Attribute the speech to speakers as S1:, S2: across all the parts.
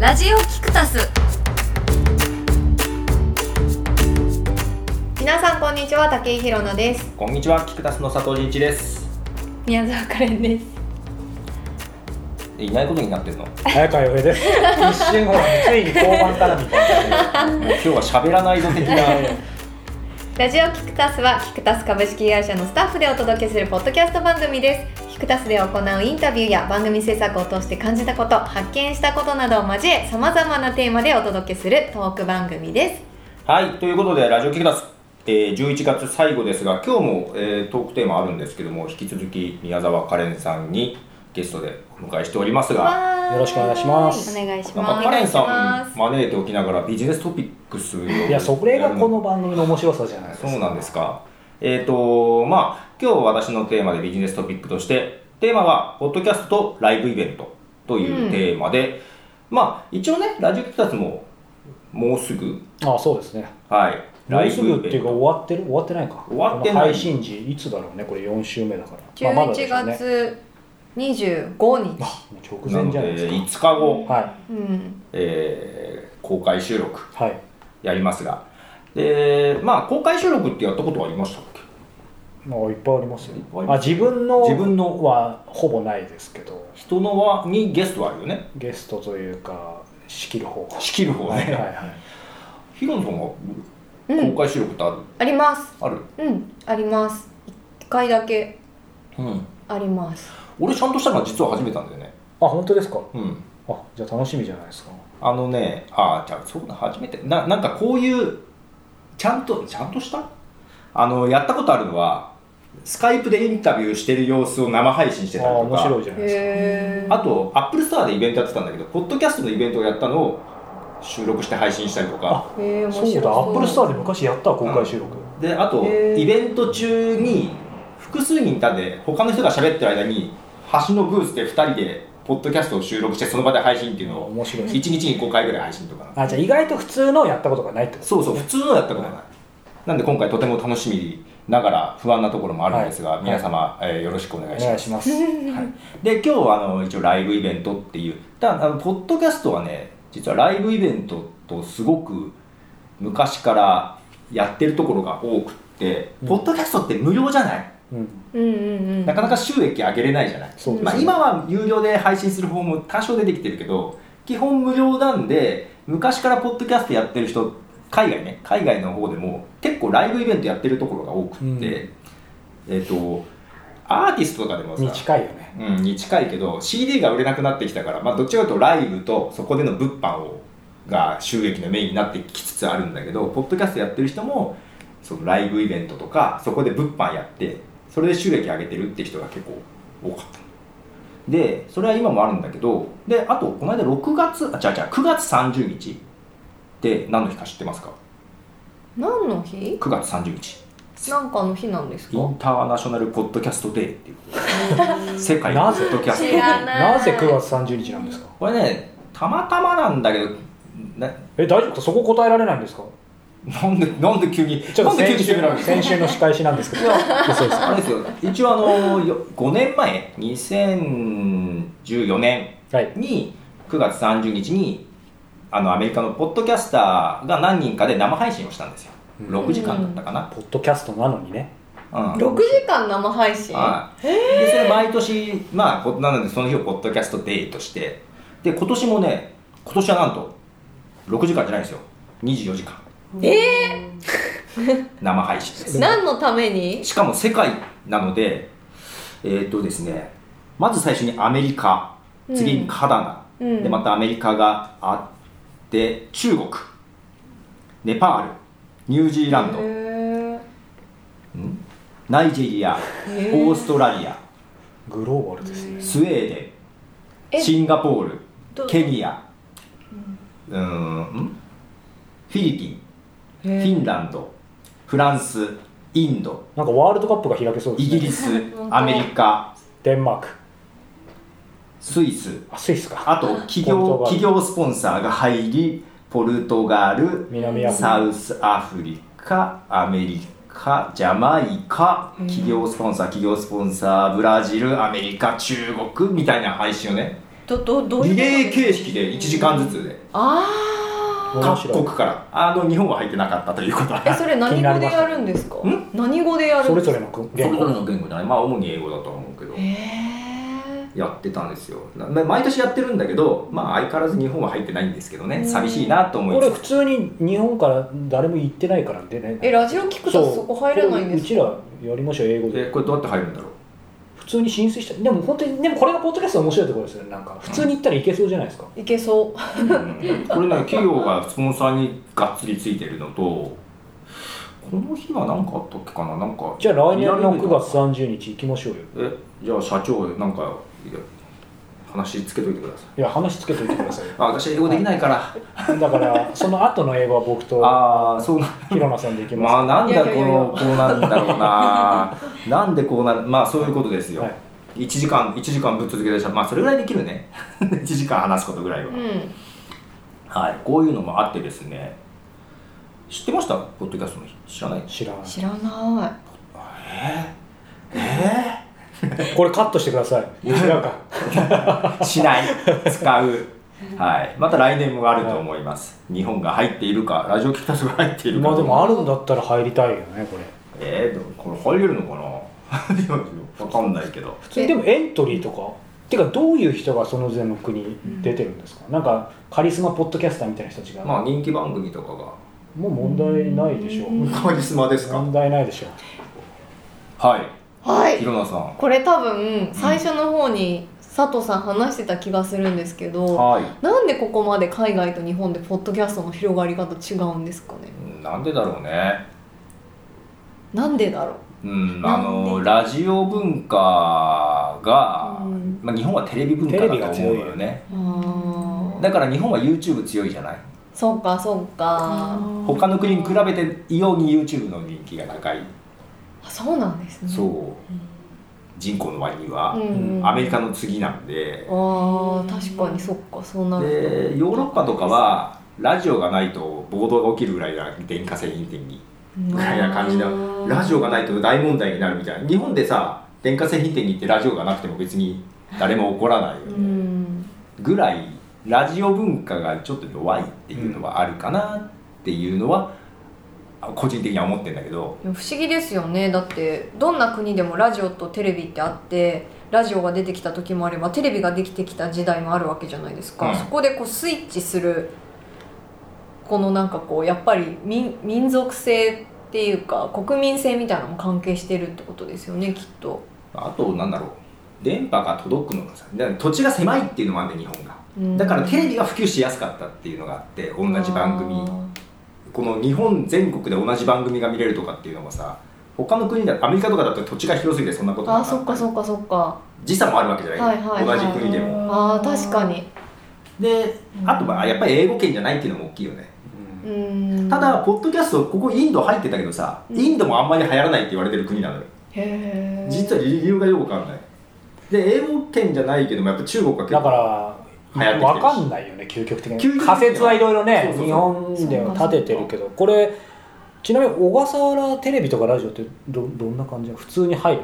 S1: ラジオキクタス
S2: 皆さんこんにちは武井ひろなです
S3: こんにちは、キクタスの佐藤仁一です。
S2: 宮沢かれんです
S3: いないことになってんの。もう
S4: 早川洋 平です。一瞬ほら、ついに交番からみたいな。
S3: 今日は喋らないぞ的な。
S2: ラジオキクタスはキクタス株式会社のスタッフでお届けするポッドキャスト番組ですキクタスで行うインタビューや番組制作を通して感じたこと発見したことなどを交えさまざまなテーマでお届けするトーク番組です
S3: はい、ということで、ラジオキクタス、えー、11月最後ですが、今日も、えートークテーマあるんですけども、引き続き宮沢カレンさんにゲストでお迎えしておりますが、
S2: わー
S4: よろしくお願いします
S2: お願いし
S3: なん
S2: ま
S3: か
S2: す
S3: カレン
S2: お願い
S3: さ
S2: し
S3: ん招いておきながらビジネストピックスを
S4: いや、それがこの番組の面白さじゃないですか。
S3: そうなんですか。えっ、と、まあ、今日私のテーマでビジネストピックとして、テーマは、ポッドキャストとライブイベントというテーマで、まあ、一応ね、ラジオキクタスも、もうすぐ、
S4: あ、そうですね。
S3: はい、
S4: もうすぐっていうか、
S3: ト。
S4: 終わってる、終わってないか。
S3: 終わってない
S4: この配信時、いつだろうね、これ四週目だから。まあ、まだで
S2: 11
S4: しょうね。
S2: 月25日、
S4: もう
S3: な
S4: 直前
S3: の
S4: じゃないで
S3: で、
S4: すか。
S3: 5日後、
S4: は
S2: うん、
S3: えー公開収録
S4: い。はい。
S3: やりますが、で、まあ、公開収録ってやったことはありましたっけ
S4: まあ、いっぱいありますよ
S3: いっぱいあり。
S4: あ、
S3: ます
S4: 自分の。
S3: 自分の
S4: は、ほぼないですけど。
S3: 人の輪にゲストはあるよね。
S4: ゲストというか、仕切る方。
S3: 仕切る方
S4: はい、はい、は
S3: ね。
S4: い。
S3: ヒロンさんは
S2: うん、
S3: 公開収録ってある、
S2: あります
S3: ある
S2: うんあります1回だけ
S3: うん。
S2: あります
S3: 俺ちゃんとしたのは実は初めてなんだよね
S4: あ、本当ですか。
S3: うん
S4: あ、じゃ、あ楽しみじゃないですか。
S3: あのねああじゃあそうだ初めてななんかこういうちゃんとちゃんとしたあのやったことあるのはスカイプでインタビューしてる様子を生配信してた
S4: あ、
S3: りと
S4: 面
S3: か
S4: 白いじゃないですか。
S2: へえ
S3: あとアップルストアでイベントやってたんだけどポッドキャストのイベントをやったのを収録して配信したりとか
S2: へー面
S4: そ
S2: 白
S4: うだ、アップルストア
S2: で
S4: で昔やったわ公開収録。
S3: であと
S2: へー
S3: イベント中に複数人いたんで他の人が喋ってる間に橋のグースで2人でポッドキャストを収録してその場で配信っていうのを
S4: 面白い
S3: 1
S4: し。
S3: 日に5回ぐらい配信とか
S4: あ、じゃあ意外と普通のやったことがないってこと
S3: そうそう普通のやったことないなんで今回とても楽しみながら不安なところもあるんですが、
S4: はい
S3: 皆様、えーよろしくお願い
S4: お
S3: し
S4: 願
S3: ま
S4: い
S3: す
S4: します。
S3: で今日はあの一応ライブイベントっていうただあのポッドキャストはね実はライブイベントとすごく昔からやってるところが多くって、
S4: うん
S3: ポッドキャストって無料じゃない
S4: うん。
S2: うんうんうん
S3: なかなか収益上げれないじゃない、
S4: そうですね
S3: まあ、今は有料で配信する方も多少出てきてるけど基本無料なんで昔からポッドキャストやってる人海外ね海外の方でも結構ライブイベントやってるところが多くって、
S4: うん
S3: えっとアーティストとかでもさ
S4: に近いよね。
S3: うん、に近いけど CD が売れなくなってきたから、まあ、どっちかというとライブとそこでの物販をが収益のメインになってきつつあるんだけどポッドキャストやってる人もそのライブイベントとかそこで物販やってそれで収益上げてるって人が結構多かったでそれは今もあるんだけどであとこの間6月あ違う違う9月30日って何の日か知ってますか
S2: 何の日
S3: 9月30日
S2: なんかの日なんです
S3: イ
S2: か
S3: ンターナショナルポッドキャストデーっていう 世界
S4: な
S3: のポ
S4: ぜ
S3: ッドキャスト
S1: 知らない
S4: なぜ9月30日なんですか。
S3: これねたまたまなんだけどな
S4: え、大丈夫か、そこ答えられないんですか。
S3: なんでなんで急に
S4: ちょ
S3: な
S4: っと
S3: んで急に攻
S4: 先週
S3: められるん
S4: の
S3: ですか
S4: 先週の仕返しなんですけど。そうです。
S3: あれですよ一応あのよ5年前2014年
S4: はい。
S3: に9月30日にあのアメリカのポッドキャスターが何人かで生配信をしたんですよ
S4: うん
S3: 6時間だったかな、
S4: ポッドキャストなのにね。
S3: うん
S2: 6時間生配信
S3: はい、でそれ毎年まあこなのでその日をポッドキャストデーとしてで今年もね今年はなんと6時間じゃないですよ24時間
S2: え
S3: 生配信です
S2: ー、何のために
S3: しかも世界なので、えーっとですね、まず最初にアメリカ、次にカナ
S2: う
S3: ダ、
S2: ん
S3: でまたアメリカがあって、中国、ネパール、ニュージーランド、
S2: へ
S3: ナイジェリア、
S2: へー
S3: オーストラリア、
S4: グローバルですね。
S3: スウェーデ
S2: え
S3: ン、シンガポール
S2: ど、
S3: ケニア、うーんフィリピン、
S2: え
S3: フィンランド、フランス、インド、
S4: なんかワールドカップが開けそうです
S3: イ
S4: ね。
S3: ギリス
S2: 本、当
S3: アメリカ、
S4: デンマーク。
S3: スイス、
S4: あ、スイスか。
S3: あと企
S4: ポル
S3: 業
S4: トガル
S3: 企業スポンサーが入りポルトガル
S4: 南アフリ
S3: サ
S4: カ。
S3: ウスアフリカアメリカジャマイカ企業スポンサー企業スポンサーブラジルアメリカ中国みたいな配信をね
S2: どどどういう
S3: リ
S2: こと
S3: レー形式で1時間ずつで
S2: あ
S4: 面
S3: 各
S4: 白い
S3: 国からあの日本は入ってなかったということは
S2: あえそれ何
S4: 気にな
S2: 語
S4: り
S2: で
S4: ます
S2: やるんですか
S3: ん
S2: 何語でやる
S4: そ
S2: ん
S4: れ
S2: です
S4: ぞ
S2: か
S4: れの
S3: そ れ
S4: 言
S3: ぞれ
S4: 語
S3: の言語だねまあ主に英語だとは思うけど
S2: へえ
S3: やってたんですよな毎年やってるんだけどまあ相変わらず日本は入ってないんですけどね寂しいなと思い
S4: これ
S3: つ
S4: 普
S3: つ
S4: 通に日本から誰も行ってないから出ない
S2: えラジオ聞く
S4: そう
S2: とそこ入らないんですか
S4: これうちらやりましょう英語
S3: え
S4: で
S3: これどうやって入るんだろう
S4: 普通に申請したでも本当にでもこれがポッドキャストの面白いところですよねなんか普通に行ったらいけそうじゃないですか、
S2: いけそう
S3: うんこれね企業がスポンサーにがっつりついてるのとこの日は何かあったっけかななんか
S4: じゃあ来年の9
S3: リアルイベント
S4: 月30日行きましょうよ
S3: えじゃあ社長なんかいや話つけといてください
S4: いや話つけといてくださいよ
S3: あ私英語できないから、
S4: だからその後の英語は僕と
S3: ああそうな
S4: 広野さんで行き
S3: ま
S4: ま
S3: あなん
S2: いや
S3: だ
S2: いやいや
S3: こ
S2: いや
S3: のこうなんだろうななんでこうなるまあそういうことです
S4: す
S3: よ、
S4: はい
S3: 1時間1時間ぶっ続けでしゃまあそれぐらいできるね 1時間話すことぐらいは、
S2: うん
S3: はいこういうのもあってですね知ってましたポッドキャストの日知らない
S4: 知らな
S2: 知らな
S3: え
S4: いこれカットしてくださいなんか
S3: ー、 しない使うはいまた来年もあると思います、日本が入っているかラジオ聞きたすが入っているか
S4: まあでもあるんだったら入りたいよねこれ
S3: えー、でもこれ入れるのかな いやわかんないけど
S4: 普通にでもエントリーとかっていうかどういう人がその前の国出てるんですか、なんかカリスマポッドキャスターみたいな人たちが、
S3: まあ人気番組とかが
S4: もう問題ないでしょう
S2: うん
S3: カリスマです
S4: 問題ないでしょう
S3: はい
S2: はい
S3: いいろなさん
S2: これ多分最初の方に佐藤さん話してた気がするんですけど
S3: はい
S2: なんでここまで海外と日本でポッドキャストの広がり方違うんですかね
S3: うんなんでだろうね
S2: なんでだろ
S3: うん
S2: なん
S3: あ
S2: で
S3: のラジオ文化が、
S2: うん
S3: まあ、日本はテレビ文化だと思うのよね
S2: うあー
S3: だから日本は YouTube 強いじゃない
S2: そうかそうか
S3: 他の国に比べて異様に YouTube の人気が高い
S2: あそうなんですね
S3: そう
S2: う、
S3: 人口の割には、
S2: んうん、
S3: アメリカの次なんで、
S2: あー確かにそっかそうなる
S3: でヨーロッパとかはラジオがないと暴動が起きるぐらいな電化製品店にぐらいな感じだラジオがないと大問題になるみたいな日本でさ電化製品店に行ってラジオがなくても別に誰も怒らないよ
S2: う
S3: ね、
S2: ん
S3: ぐらいラジオ文化がちょっと弱いっていうのはあるかなっていうのはあ個人的には思ってんだけど
S2: いや不思議ですよねだってどんな国でもラジオとテレビってあってラジオが出てきた時もあればテレビができてきた時代もあるわけじゃないですか、
S3: うん
S2: そこでこうスイッチするこのなんかこうやっぱり民民族性っていうか国民性みたいなのも関係してるってことですよねきっと
S3: あとなんだろう電波が届くのがさだから土地が狭いっていうのもあるんで日本がだからテレビが普及しやすかったっていうのがあって同じ番組この日本全国で同じ番組が見れるとかっていうのもさ他の国だアメリカとかだと土地が広すぎてそんなこと
S2: あー
S3: な
S2: あ
S3: か
S2: ー
S3: った
S2: そっかそっかそっか
S3: 時差もあるわけじゃない,、
S2: はいはいはい
S3: 同じ国でも
S2: あー確かに
S3: で
S2: うん
S3: あとはやっぱり英語圏じゃないっていうのも大きいよね
S4: うん
S2: うん
S3: ただポッドキャストここインド入ってたけどさ
S2: うん
S3: インドもあんまり流行らないって言われてる国なのよ
S2: へー
S3: 実は理由がよくわかんないで英語圏じゃないけどもやっぱ中国が結
S4: だか
S3: 構流行って
S4: ら
S3: きてる
S4: 分
S3: し
S4: かんないよね究極的
S3: 究極的
S4: に
S3: には
S4: 仮説はいろいろね
S3: そうそうそう
S4: 日本では立ててるけどこれちなみに小笠原テレビとかラジオってどどんな感じ普通に入る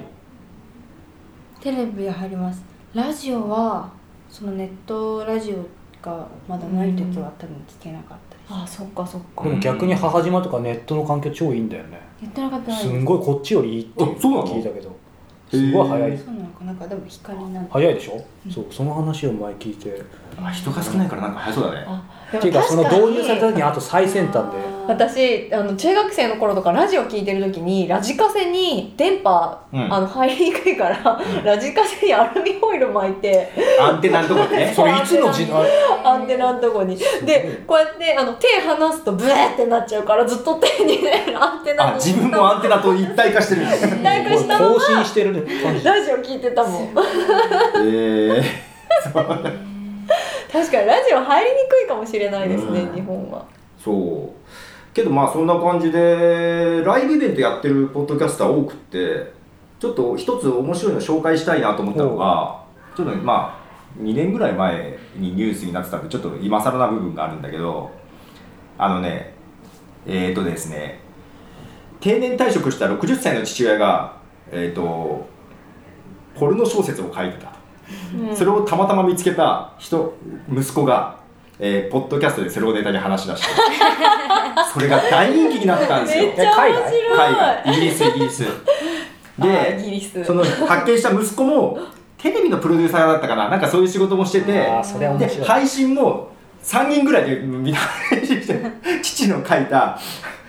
S1: テレビ入りますラジオはそのネットラジオがまだない時は多分聞けなかったです、
S2: あーそっかそっか
S4: でも逆に母島とかネットの環境超いいんだよね
S1: 言ってなかった
S4: す
S1: なん
S4: ごいこっちよりいいって
S3: あそうなの
S4: 聞いたけど
S3: へー
S4: すごい早い
S1: そうなのかなんかでも光なんか
S4: 早いでしょそうその話を前聞いて
S3: あ人が少ないからなんか早そうだね
S2: で
S4: っていう
S2: も
S4: かその
S2: 確かに
S4: 導入された時にあと最先端で
S2: 私あの中学生の頃とかラジオ聞いてる時にラジカセに電波、
S3: うん
S2: あの入りにくいから、
S3: うん
S2: ラジカセにアルミホイル巻いて
S3: アンテナのとこでね
S4: それいつの時代
S2: アンテナのとこにでこうやってあの手離すとブエーってなっちゃうからずっと手にねアンテナ
S3: あ
S2: の
S3: 自分もアンテナと一体化 してるんだ
S2: 一体化したま
S4: 更
S2: ま
S4: 新してる感じ
S2: ラジオ聞いてたもん
S3: ええ
S2: 確かにラジオ入りにくいかもしれないですね、
S3: うん
S2: 日本は
S3: そうけどまあそんな感じでライブイベントやってるポッドキャスター多くってちょっと一つ面白いの紹介したいなと思ったのがちょっとねまあ2年ぐらい前にニュースになってたんでちょっと今更な部分があるんだけどあのねえっ、ー、とですね定年退職した60歳の父親がえっ、とポルノ小説を書いてたと
S2: うん
S3: それをたまたま見つけた人息子が、えーポッドキャストでそれをネタに話し出して それが大人気になったんですよ
S1: めっちゃ面白い
S3: 海外イギリスイギリス
S2: あイ
S3: で
S2: ギリス
S3: その発見した息子もテレビのプロデューサーだったかななんかそういう仕事もしてて
S4: あーそれは面
S3: で
S4: 白い
S3: 配信も3人ぐらいでみんな配信して 父の書いた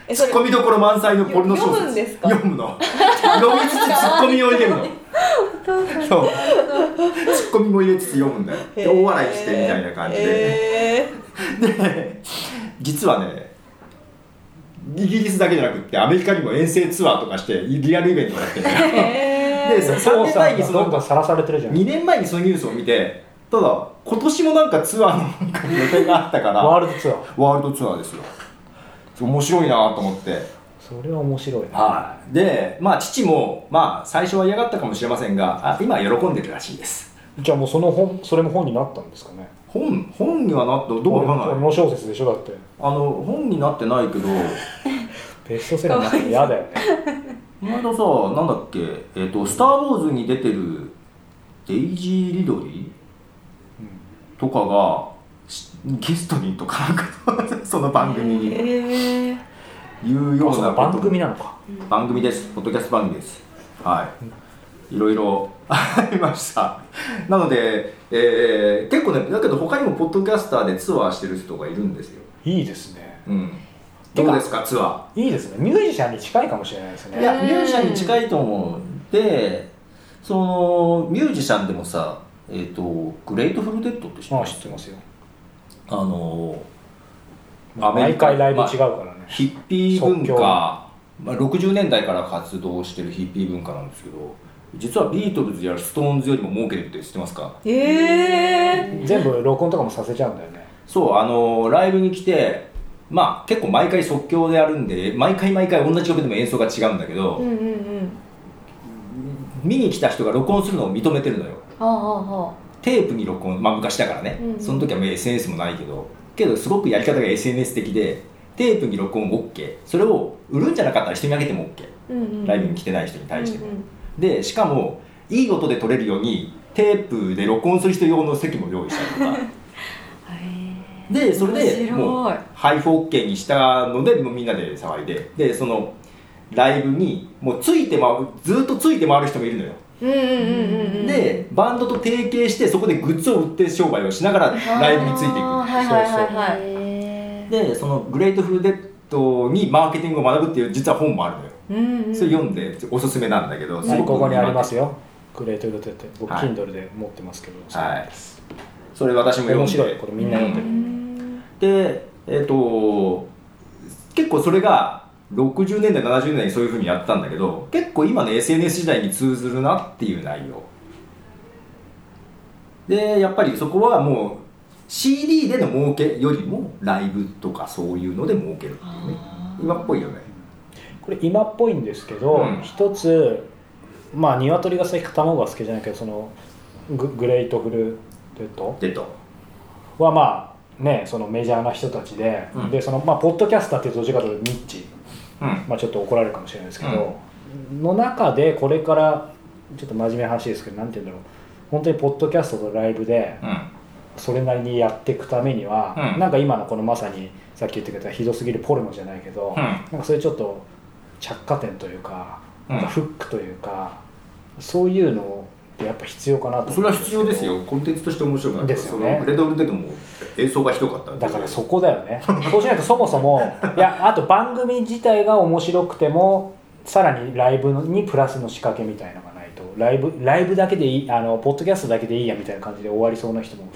S2: え
S3: ツ
S2: それ
S3: ッコミどころ満載のポルノ小説
S2: 読むんですか
S3: 読むの読みつつツッコミを入れるのそうツッコミも入れつつ読むんだよで大笑いしてみたいな感じで、
S2: え
S3: で実はねイギリスだけじゃなくってアメリカにも遠征ツアーとかしてリアルイベントをやってる
S2: ーえ
S3: で
S2: ー
S3: そ
S4: そ
S3: 3
S4: う
S3: 年
S4: さ
S3: 前に
S4: ん
S3: そ
S4: どんどん
S3: の
S4: さらされてるじゃん
S3: 2年前にそのニュースを見てただ今年もなんかツアーのなんか予定があったから
S4: ワー
S3: ワ
S4: ルドツアー
S3: ールドツアーですよ面白いなと思って
S4: それは面白いな
S3: はい、で、まあ、父も、まあ、最初は嫌がったかもしれませんがあ今は喜んでるらしいです
S4: じゃあもうその本それも本になったんですかね
S3: 本本にはなってどうか
S4: こ
S3: な
S4: の小説でしょだって
S3: あの本になってないけど
S4: ベストセラーになっても嫌だよね
S3: 前田さなんだっけ「えっとスター・ウォーズ」に出てるデイジー・リドリーとかがしゲストにとか なんかその番組に
S2: えー
S3: 言うよ
S4: あ
S3: う
S4: そう
S3: な
S4: か番組
S3: な
S4: なのか
S3: 番組ですポッドキャスト番組ですはいいろいろ ありましたなので、えー結構ねだけど他にもポッドキャスターでツアーしてる人がいるんですよ
S4: いいですね
S3: うん
S4: てか
S3: どうですかツア
S4: いいですねミュージシャンに近いかもしれないです
S3: ー
S4: ね
S3: いやミュージシャンに近いと思うでそのミュージシャンでもさえっ、とグレートフルデッドって知って
S4: あ
S3: ま
S4: あ知
S3: す
S4: ってますよ
S3: あのーアメ
S4: 毎
S3: リカ
S4: 回ライブ
S3: まあ
S4: 違うからね
S3: ヒッピー文
S4: 即興
S3: 化、まあ、60年代から活動してるヒッピー文化なんですけど実はビートルズやストーンズよりも儲けてるって知ってますか
S2: え
S4: 全部録音とかもさせちゃうんだよね
S3: そうあのライブに来てまあ結構毎回即興でやるんで毎回毎回同じ曲でも演奏が違うんだけ
S2: ー、
S3: ど、
S2: うんうんうん
S3: 見に来た人が録音するのを認めてるのよ
S2: ああああ
S3: テープに録音まあ昔だからね、
S2: うん
S3: その時はもう SNS もないけどけどすごくやり方が SNS 的でテープに録音 OK それを売るんじゃなかったら人にあげても OK
S2: うんうん
S3: ライブに来てない人に対しても、
S2: うんうん
S3: でしかもいい音で撮れるようにテープで録音する人用の席も用意したりとか
S2: へ
S3: でそれ
S2: 面
S3: で
S2: 白い
S3: もう配布 OK にしたのでもうみんなで騒いででそのライブにもうついて回るずっとついて回る人もいるのよ、
S2: ーうんうんうんうんうん
S3: でバンドと提携してそこでグッズを売って商売をしながらライブについてい
S2: あー
S3: く
S2: はいはいはい
S1: は
S2: はい
S1: い
S3: でそのグレートフルデッドにマーケティングを学ぶっていう実は本もあるのよ
S2: うんうん
S3: それ読んでおすすめなんだけどすご
S4: はい
S3: く
S4: ここにありますよグレートイドテって僕
S3: はい
S4: Kindle で持ってますけど
S3: はいそれ私も読ん
S4: 面
S3: で
S4: 白いこれみんな読んでる
S2: うん
S3: でえっ、と結構それが60年代70年代にそういうふうにやったんだけど結構今の SNS 時代に通ずるなっていう内容でやっぱりそこはもう CD での儲けよりもライブとかそういうので儲けるっていうね
S2: あー
S3: 今っぽいよね
S4: これ今っぽいんですけど、
S3: うん
S4: 一つまあ鶏が先か卵が先じゃないけどそのググレートフルデッド
S3: デッド
S4: はまあねそのメジャーな人たちで、
S3: うん
S4: でそのまあポッドキャスターってどっちかというとニッチ、
S3: うん
S4: まあ、ちょっと怒られるかもしれないですけど、の中でこれからちょっと真面目な話ですけどなんて言うんだろう本当にポッドキャストとライブで
S3: うん
S4: それなりにやっていくためには、
S3: うん
S4: なんか今のこのまさにさっき言ってくれたひどすぎるポルノじゃないけど、
S3: うん
S4: なんかそういうちょっと着火点というか
S3: うん
S4: なんかフックというか、そういうのってやっぱ必要かなと
S3: そ
S4: 思
S3: れは
S4: うんですけ
S3: 必
S4: ど
S3: 要ですよコンテンツとして面白くな
S4: ですよね
S3: そのレッドブルデッドも演奏がひどかったんで
S4: だからそこだよねそうしないとそもそもいやあと番組自体が面白くてもさらにライブにプラスの仕掛けみたいのがないとライブライブだけでいいあのポッドキャストだけでいいやみたいな感じで終わりそうな人も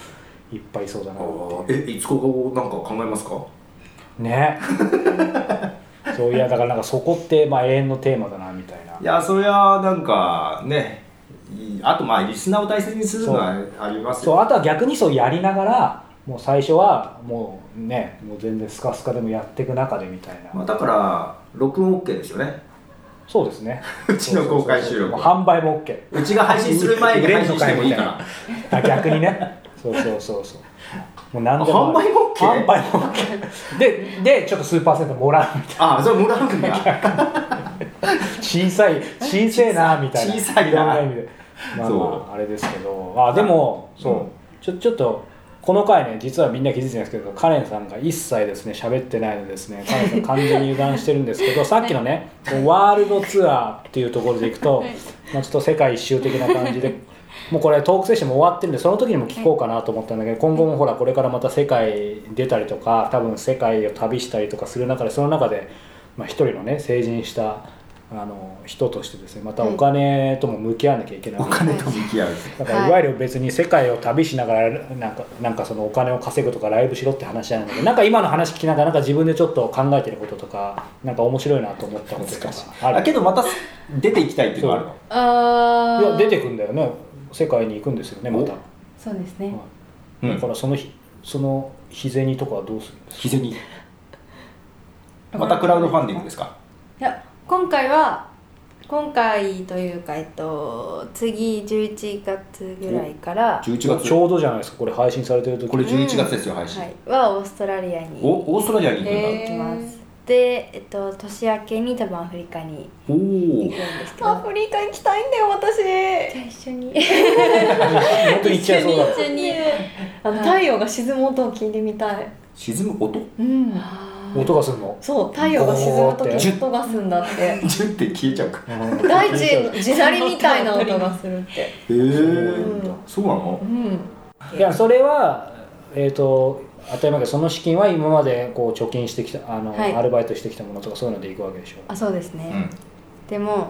S4: いっぱいいそうだな
S3: あ
S4: ってい
S3: ー
S4: う
S3: えいつここなんか考えますか
S4: ね そういやだからなんかそこってまあ永遠のテーマだなみたいない
S3: やそりゃなんかねいいあとまあリスナーを大切にするのはあります
S4: そう
S3: よ
S4: あとは逆にそうやりながらもう最初はもうねもう全然スカスカでもやっていく中でみたいな、
S3: まあ、だから録音 OK ですよね
S4: そうですね
S3: うちの公開収録
S4: もう販売も OK
S3: うちが配信する前に配信してもいいから
S4: あ逆にねそうそうそうそうもう何で
S3: 販
S4: も
S3: 売も OK?
S4: 販売も OK ででちょっと数パーセントもらうみたい
S3: ああそれもらうんだ
S4: な小さい小さいなみたいな
S3: 小さいな
S4: ろんな意味でまあ
S3: そ
S4: ま
S3: う
S4: ああれですけどあでもそう、
S3: うん
S4: ちょちょっとこの回ね実はみんな気づいてないんですけどカレンさんが一切ですね喋ってないのですねカレンさん完全に油断してるんですけどさっきのねこうワールドツアーっていうところでいくと、まあ、ちょっと世界一周的な感じで。もうこれトークセッションも終わってるんでその時にも聞こうかなと思ったんだけど今後もほらこれからまた世界出たりとか多分世界を旅したりとかする中でその中でまあ、一人のね成人したあの人としてですねまたお金とも向き合わなきゃいけない、
S3: お金と向き合う
S4: だから
S1: はい
S4: いわゆる別に世界を旅しながらなんかなんかそのお金を稼ぐとかライブしろって話じゃないんだけどなんか今の話聞きながらなんか自分でちょっと考えてることとかなんか面白いなと思ったこととか
S3: 難しい
S4: あ
S3: あ
S4: る
S3: けどまた出ていきたいっていうのはあるの
S1: あ
S4: い
S1: あ
S4: や出てくんだよね世界に行くんですよねまた、
S3: お
S1: そうですね、
S3: う
S4: うんんだからその日その日銭とかはどうするんです
S3: 日銭またクラウドファンディングですか
S1: いや今回は今回というか、えっと、次11月ぐらいから、
S3: 11
S4: か
S3: 月
S4: ちょうどじゃないですかこれ配信されてる時
S3: これ
S1: ん
S3: 11月ですよ配信、
S1: はい、はオーストラリアに行
S3: おオーストラリアに行くんだ、
S2: へ
S1: きますで、えっと、年明けに多分アフリカに
S3: おお
S1: 行くんですけ
S2: ア
S1: ど
S2: フリカ行きたいんだよ私
S1: じゃあ一緒に
S4: 本当に行っちゃいそうだ
S1: 一緒に
S2: あの太陽が沈む音を聞いてみたい
S3: 沈む音
S2: うん
S4: 音がするの
S2: そう太陽が沈む
S4: ゴーっ
S2: 時
S4: て
S2: 音がすんだって
S3: ジュンって消えちゃうか
S2: 大地の地鳴りみたいな音がするって
S3: へえ
S2: うん
S3: そうなの
S2: うん
S4: いやそれは、えー、と当たり前だけどその資金は今までこう貯金してきたあの、
S1: はい
S4: アルバイトしてきたものとかそういうのでいくわけでしょ
S1: あそうです
S3: う
S1: ね、
S3: ん
S1: でも、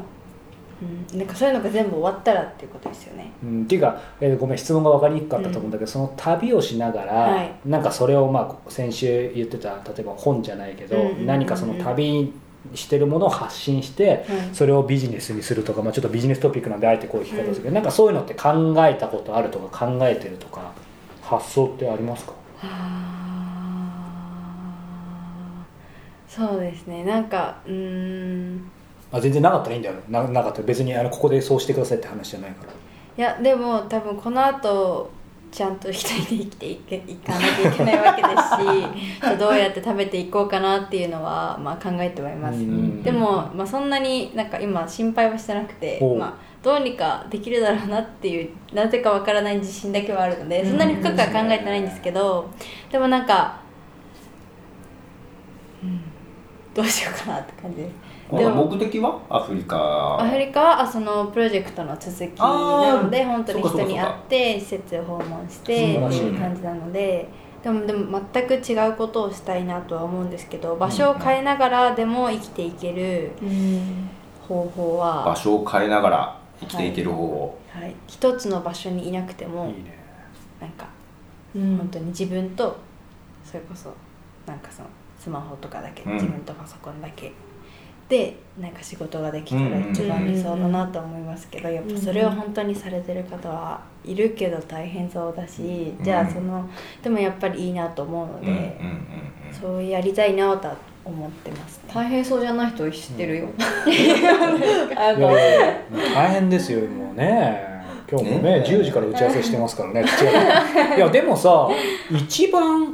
S1: うん、なんかそういうのが全部終わったらっていうことですよね
S4: うん、っていうか、えーごめん質問が分かりにくかったと思うんだけど、その旅をしながら、
S1: はい
S4: なんかそれを、まあ、先週言ってた例えば本じゃないけど、
S1: うんうんうん
S4: 何かその旅してるものを発信して
S1: はい
S4: それをビジネスにするとか、まあ、ちょっとビジネストピックなんであえてこういう聞き方でするけど、なんかそういうのって考えたことあるとか考えてるとか発想ってありますか
S1: あーそうですねなんかうーん
S4: あ全然なかったらいいんだよななかったら別にあのここでそうしてくださいって話じゃないから。
S1: いやでも多分この後ちゃんと一人で生きていけいかなきゃいけないわけ ですしどうやって食べていこうかなっていうのは、まあ、考えてはいます、
S3: ん
S1: でも、まあ、そんなになんか今心配はしてなくて
S4: お、う
S1: まあ、どうにかできるだろうなっていうなぜかわからない自信だけはあるのでそんなに深くは考えてないんですけどでもなんか、うん、どうしようかなって感じです
S3: これ
S1: でも
S3: 目的はアフリカ
S1: アフリカはあそのプロジェクトの続きなので本当に人に会って施設を訪問してっていう感じなのででもでも全く違うことをしたいなとは思うんですけど場所を変えながらでも生きていける方法は、
S3: 場所を変えながら生きていける方法、
S1: はい、一つの場所にいなくても
S4: いいね
S1: なんか
S2: うん
S1: 本当に自分とそれこそなんかそのスマホとかだけ、
S3: うん
S1: 自分とパソコンだけでなんか仕事ができた
S3: うん
S1: ら
S3: うん
S1: 一番理想だなと思いますけど、やっぱそれを本当にされてる方はいるけど大変そうだし、
S3: うん
S1: じゃあそのでもやっぱりいいなと思うの
S3: うんうんうん
S1: で、そうやりたいなとは思ってますね、
S2: 大変そうじゃない人知ってるよ、
S4: いやい
S1: あ
S4: やいや大変ですよもうね今日もね
S3: ね
S4: 10時から打ち合わせしてますからね 土屋いやでもさ一番
S1: は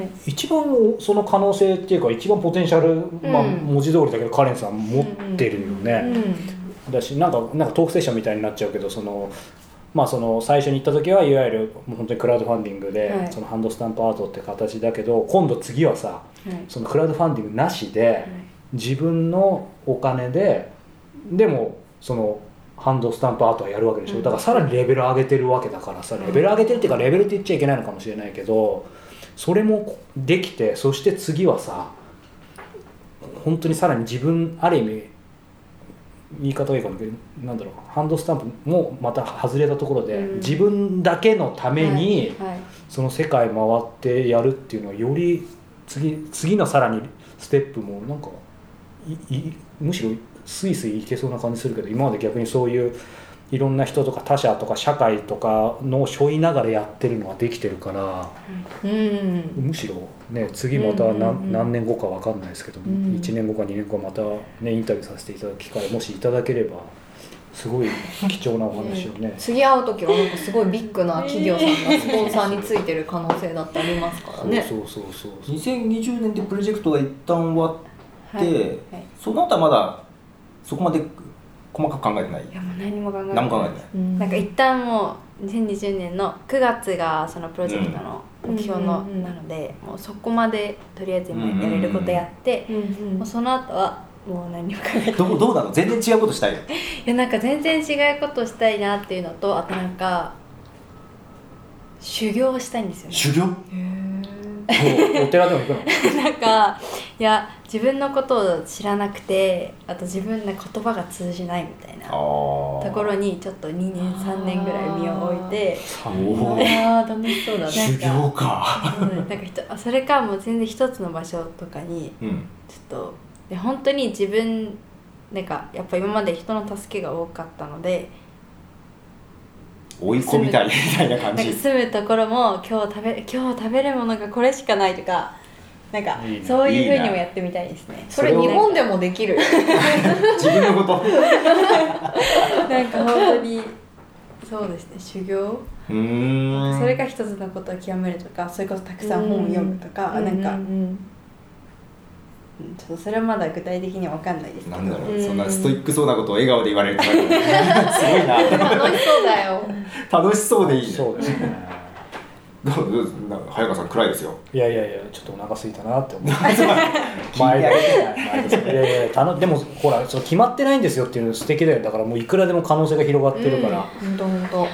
S1: い
S4: 一番その可能性っていうか一番ポテンシャル、まあ、
S1: うん
S4: 文字通りだけどカレンさん持ってるよね、
S2: うん
S4: だしなんかなんかトークセッションみたいになっちゃうけどそのまあその最初に行った時はいわゆるもう本当にクラウドファンディングで、
S1: はい
S4: そのハンドスタンプアートって形だけど今度次はさ
S1: はい
S4: そのクラウドファンディングなしで、
S1: はい
S4: 自分のお金ででもそのハンドスタンプアートはやるわけでしょ、
S1: うん
S4: だからさらにレベル上げてるわけだからさ
S1: ん
S4: レベル上げてるっていうかレベルって言っちゃいけないのかもしれないけどそれもできてそして次はさ本当にさらに自分ある意味言い方がいいかもだけどなんだろうハンドスタンプもまた外れたところで、
S1: うん
S4: 自分だけのために、
S1: はい
S4: その世界回ってやるっていうのはより次次のさらにステップもなんかいいむしろスイスイいけそうな感じするけど今まで逆にそういういろんな人とか他者とか社会とかのを背負いながらやってるのはできてるから
S2: うん
S4: むしろね次また何,、
S2: うんうんうん
S4: 何年後か分かんないですけど、
S2: ん
S4: 1年後か2年後かまた、ね、インタビューさせていただく機会もしいただければすごい貴重なお話をね。
S2: 次会う時はなんかすごいビッグな企業さんがスポンサーについてる可能性だってありますから ね
S4: そうそうそうそう
S3: 2020年でプロジェクトが一旦終わって、
S1: はいはい
S3: その後はまだそこまで細かく考えてない
S1: いやもう何も考えて
S3: 何も考えてない
S2: うん
S1: なんか一旦もう2020年の9月がそのプロジェクトの目標の、
S2: うんうんうん
S1: なのでもうそこまでとりあえず今やれることやって、
S2: うんうん
S1: もうその後はもう何も考えてない
S3: どうどうなの全然違うことしたいよ
S1: いやなんか全然違うことしたいなっていうのとあとなんか修行したいんですよね
S3: 修行
S2: へ
S4: おお寺でも行くの
S1: なんかいや自分のことを知らなくてあと自分の言葉が通じないみたいなと
S3: あ
S1: ころにちょっと2年3年ぐらい身を置いて
S3: おー
S2: ーあー楽しそうだね
S3: 修行か
S1: うんなんかひとあそれかもう全然一つの場所とかに
S3: うん
S1: ちょっとで本当に自分なんかやっぱ今まで人の助けが多かったので
S3: 追い込みたいみたいな
S1: なん
S3: 感
S1: か
S3: じ
S1: 住むところも今日食べ今日食べるものがこれしかないとかなんか
S4: いいね
S1: そういうふうにも
S3: いいね
S1: やってみたいですね
S2: それ日本でもできる
S3: 自分の こと
S1: なんか本当にそうですね修行
S3: うーん
S1: それが一つのことを極めるとかそれこそたくさん本を読むとか、
S2: う
S1: なんか、
S2: うん
S1: うんちょっとそれはまだ具体的には分かんないですけど
S3: なんだろ
S2: う
S3: うんそんなストイックそうなことを笑顔で言われるとか すごいな
S2: 楽しそうだよ
S3: 楽しそうでいいね
S4: そうですね
S3: どうどうなんか早川さん暗いですよ
S4: いやいやいやちょっとお腹空いたなって思って毎度毎度いやいやいや楽でもほらそう決まってないんですよっていうの素敵だよだからもういくらでも可能性が広がってるから、
S2: 本当本当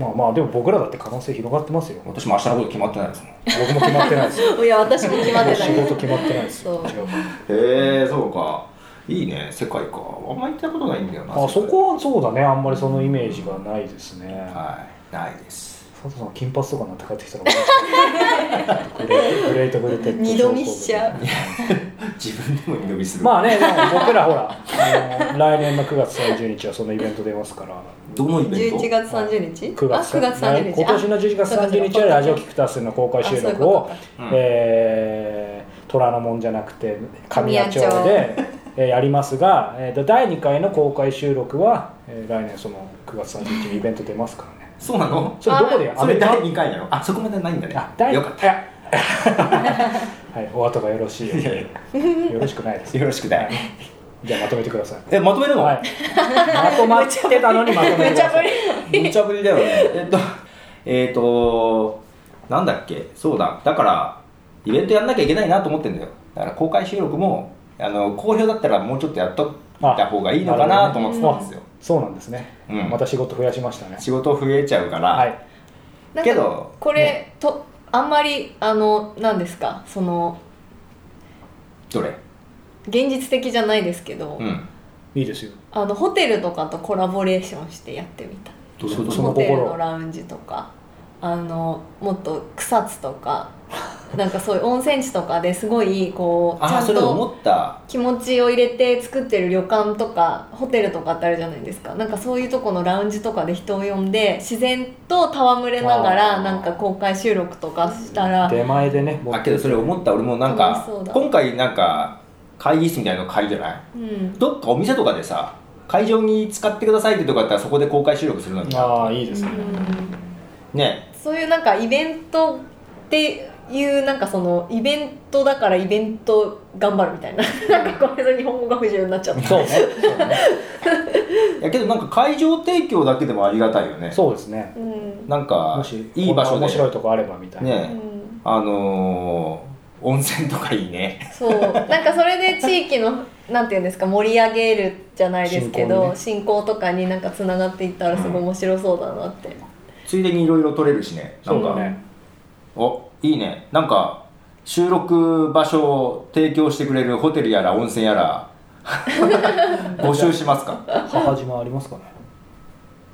S4: まあまあでも僕らだって可能性広がってますよ
S3: 私も明日のこと決まってないですもん
S4: 僕も決まってないですよ
S2: いや私も決まっ てた
S4: 仕事決まってないですよ
S2: そう
S4: 違う
S3: へえそうかいいね世界かあんま行ったことないんだよな
S4: あそこはそうだねあんまりそのイメージがないですね、
S3: はいないです
S4: 佐藤さん金髪とかになって帰ってきたらグレートグレートグレート
S2: 二度見しちゃう
S3: 自分でも二度見する、
S4: まあねでも僕らほらあの来年の9月30日はそのイベント出ますから
S3: どのイベント
S2: 11月30日
S4: 9月
S2: あ9月30日
S4: 今年の11月30日はラジオキクタスの公開収録を
S2: あそういうこ
S3: うん
S4: えー虎ノ門じゃなくて神谷町
S2: 神谷
S4: で、えーやりますが、えーと第2回の公開収録は、えー来年その9月30日にイベント出ますからね
S3: そうなの
S4: それどこでや
S3: そ
S4: アメ
S3: れ
S4: リカ
S3: 第2回なのあそこまでないんだね
S4: あ第
S3: よかっ
S4: いや はいお後がよろしいよう
S3: いやい
S4: によろしくないです
S3: たよろしくだよ
S4: じゃあまとめてください
S3: えまとめるの、
S4: はい、まとまってたのにまとめて ください
S3: 無茶ぶりだよねえっとえっ、となんだっけそうだだからイベントやんなきゃいけないなと思ってんだよだから公開収録もあの好評だったらもうちょっとやっといた方がいいのかなと思ってたんですよ、
S4: そうなんですね、
S3: うん
S4: また仕事増やしましたね
S3: 仕事増えちゃうから、
S4: はい
S2: なんか
S3: けど
S2: これ、とあんまりあの何ですかその
S3: どれ
S2: 現実的じゃないですけど、
S3: うん
S4: いいですよ
S2: あのホテルとかとコラボレーションしてやってみた
S3: どう
S4: その
S2: ホテル
S4: 心
S2: のラウンジとかあのもっと草津とかなんかそういう温泉地とかですごいこうち
S3: あ
S2: ゃ
S3: あ
S2: ん
S3: それ
S2: と
S3: 思った
S2: 気持ちを入れて作ってる旅館とかホテルとかってあるじゃないですかなんかそういうとこのラウンジとかで人を呼んで自然と戯れなが
S4: あ
S2: ら
S4: ー
S2: なんか公開収録とかしたら
S4: 出前でねもう
S3: あけどそれ思った俺もなん
S2: 楽し
S3: か
S2: そうだ
S3: 今回なんか会議室みたいなの借りじゃない
S2: うん
S3: どっかお店とかでさ会場に使ってくださいってとこあったらそこで公開収録するのに
S4: ああいいですね、
S2: うん
S3: ね
S2: そういうなんかイベントっていうなんかそのイベントだからイベント頑張るみたいな なんかこれで日本語が不自由になっちゃった
S4: そうねそうね
S3: いやけどなんか会場提供だけでもありがたいよね
S4: そうですね
S2: うん、うん
S3: なんか
S4: もし
S3: いい場所
S4: こんな面白い
S3: で
S4: とこあればみたいな、
S3: ねあのー温泉とかいいね
S2: そうなんかそれで地域のなんていうんですか盛り上げるじゃないですけど信仰,、とかになんかつながっていったらすごい面白そうだなって、
S3: ついでにいろいろ撮れるしねな
S4: そ
S3: ん
S4: う
S3: か
S4: だね
S3: おいいねなんか収録場所を提供してくれるホテルやら温泉や ら募集しますか
S4: 母島ありますかね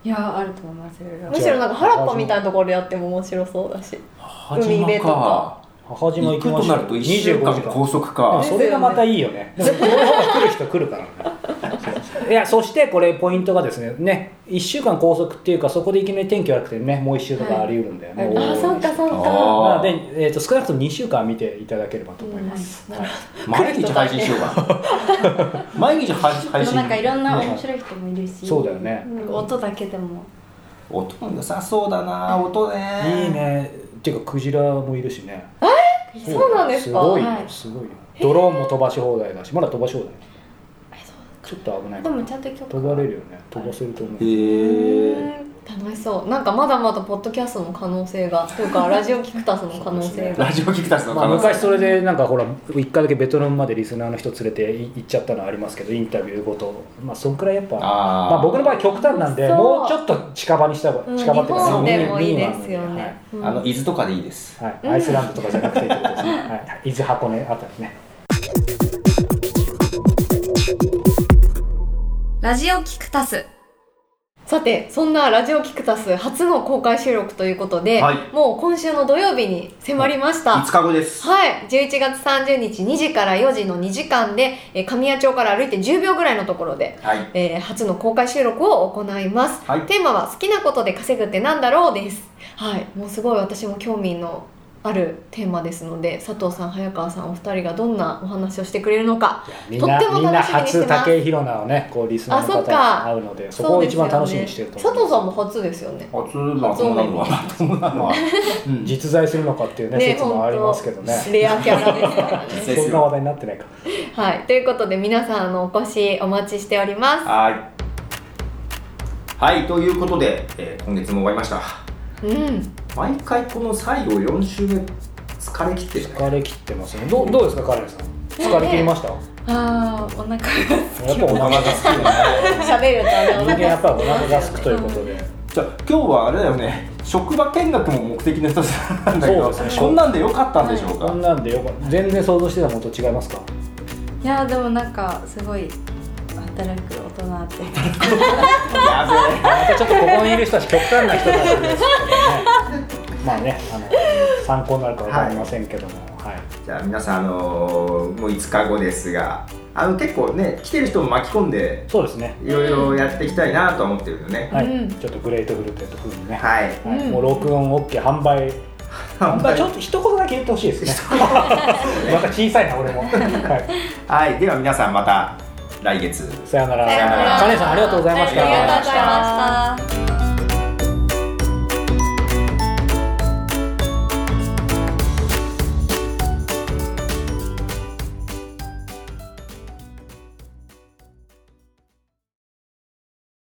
S1: いやあると思いますいろいろ
S2: むしろなんか原っぱみたいなところでやっても面白そうだし
S3: 母
S2: 海辺とか
S4: 母島
S3: 行
S4: 行
S3: く
S4: きま
S3: と
S4: しょ
S3: な
S4: う
S3: ると1週間
S4: 25
S3: 拘束
S4: でも
S3: か
S4: それがまたいいよ ね。でもこの方が来る人来るからね。そういやそしてこれポイントがですね、ね1週間拘束っていうかそこでいきなり天気悪くてねもう1週とかあり得るんだよね。
S1: はい
S4: 大
S2: あ
S4: 々
S2: あそう
S4: に
S2: かそう
S3: あ
S2: か
S3: ー
S4: なので、えー、と少なくとも2週間見ていただければと思います。はい
S3: 毎日配信しようか 毎日配信
S1: で
S3: 配
S1: もなんかい
S3: 信
S1: ろんな面白い人もいるし
S4: そうだよね
S1: なんか音だけでも
S3: 音も良さそうだな音ね
S4: いいね。っていうかクジラもいるしね。
S2: そうなんですか
S4: すごいよ
S1: はい
S4: すごいよ。ドローンも飛ばし放題だしまだ飛ばし放題。ちょっと危ない
S1: でもちゃんと許可
S4: 飛ばれるよね飛ばせると思う、
S3: へえ
S2: 楽しそうなんかまだまだポッドキャストの可能性がというかラジオキクタスの可能性が
S3: ラジオキクタスの
S4: ま
S3: 可
S4: あ、
S3: 能性、
S4: 昔それでなんかほら一回だけベトナムまでリスナーの人連れてい行っちゃったのはありますけどインタビューごとまあそんくらいやっぱ
S3: あー
S4: まあ、僕の場合極端なんで
S2: そう
S4: もうちょっと近場にした方
S2: うん
S4: が近場っていう
S2: 日
S4: か
S2: 本
S4: ね
S2: でもいいですよ
S4: ミニマムに
S2: ね、うん
S3: あの伊豆とかでいいです
S4: はいはいアイスランドとかじゃなくてってことですね、はい、伊豆箱根あたりね
S2: ラジオキクタスさてそんなラジオキクタス初の公開収録ということで、
S3: はい
S2: もう今週の土曜日に迫りました、
S3: 5日後です
S2: はい、11月30日2時から4時の2時間で、えー神谷町から歩いて10秒ぐらいのところで、
S3: はい
S2: えー初の公開収録を行います、
S3: はい
S2: テーマは「好きなことで稼ぐってなんだろう?」ですはいもうすごい私も興味のあるテーマですので佐藤さん早川さんお二人がどんなお話をしてくれるのか
S4: みんな
S2: とっても
S4: みんな
S2: 楽しみにしてます
S4: 初竹井宏奈をねこうリスナーの
S2: あそ
S4: 方
S2: っか
S4: が会うのでそこを一番楽しみにしてると
S2: そう
S4: 思
S2: ですよね佐藤さん
S4: う
S2: も初ですよね
S3: 初まあそうなのはまあそうなのは、うん、実
S4: 実在するのかっていうね説もありますけどね
S2: 本当レアキャラですから ね
S3: 際
S4: そんな話題になってないか
S2: はいということで皆さんあのお越しお待ちしております
S3: はいはいということで、えー今月も終わりました
S2: うん
S3: 毎回この最後4週目疲れ切ってるね
S4: 疲れ切ってますねどうどうですかカレンさん疲れ切りました、
S1: ああお腹が
S4: やっぱお腹がすくよね
S2: 喋るとねお
S4: 人
S2: 腹
S4: 間やっぱりお腹がすくということで
S3: じゃあ今日はあれだよね職場見学も目的の一つなんだけ
S4: そ
S3: ど、
S4: うですね
S3: こんなんでよかったんでしょうか、
S4: こんなんでよかった全然想像してたものと違いますか
S1: いやでもなんかすごい働く大人って
S3: やべえ
S4: またちょっとここにいる人たち極端な人たちですけどね まあねあの参考になるかわかりませんけども、はい
S3: じゃあ皆さん、あのーもう5日後ですがあの結構ね来てる人も巻き込んで
S4: そうですね
S3: いろいろやっていきたいなとは思ってるよね、
S4: はい、
S2: うん
S4: ちょっとグレートフルテと風にね、
S3: はい
S4: はい
S2: うん
S4: もう録音 OK 販売販売ちょっと一言だけ言ってほしいですね また小さいな俺も、はい、
S3: はいでは皆さんまた来月
S4: さようなら
S2: さようなら
S4: カレンさんありがとうございました
S2: ありがとうございました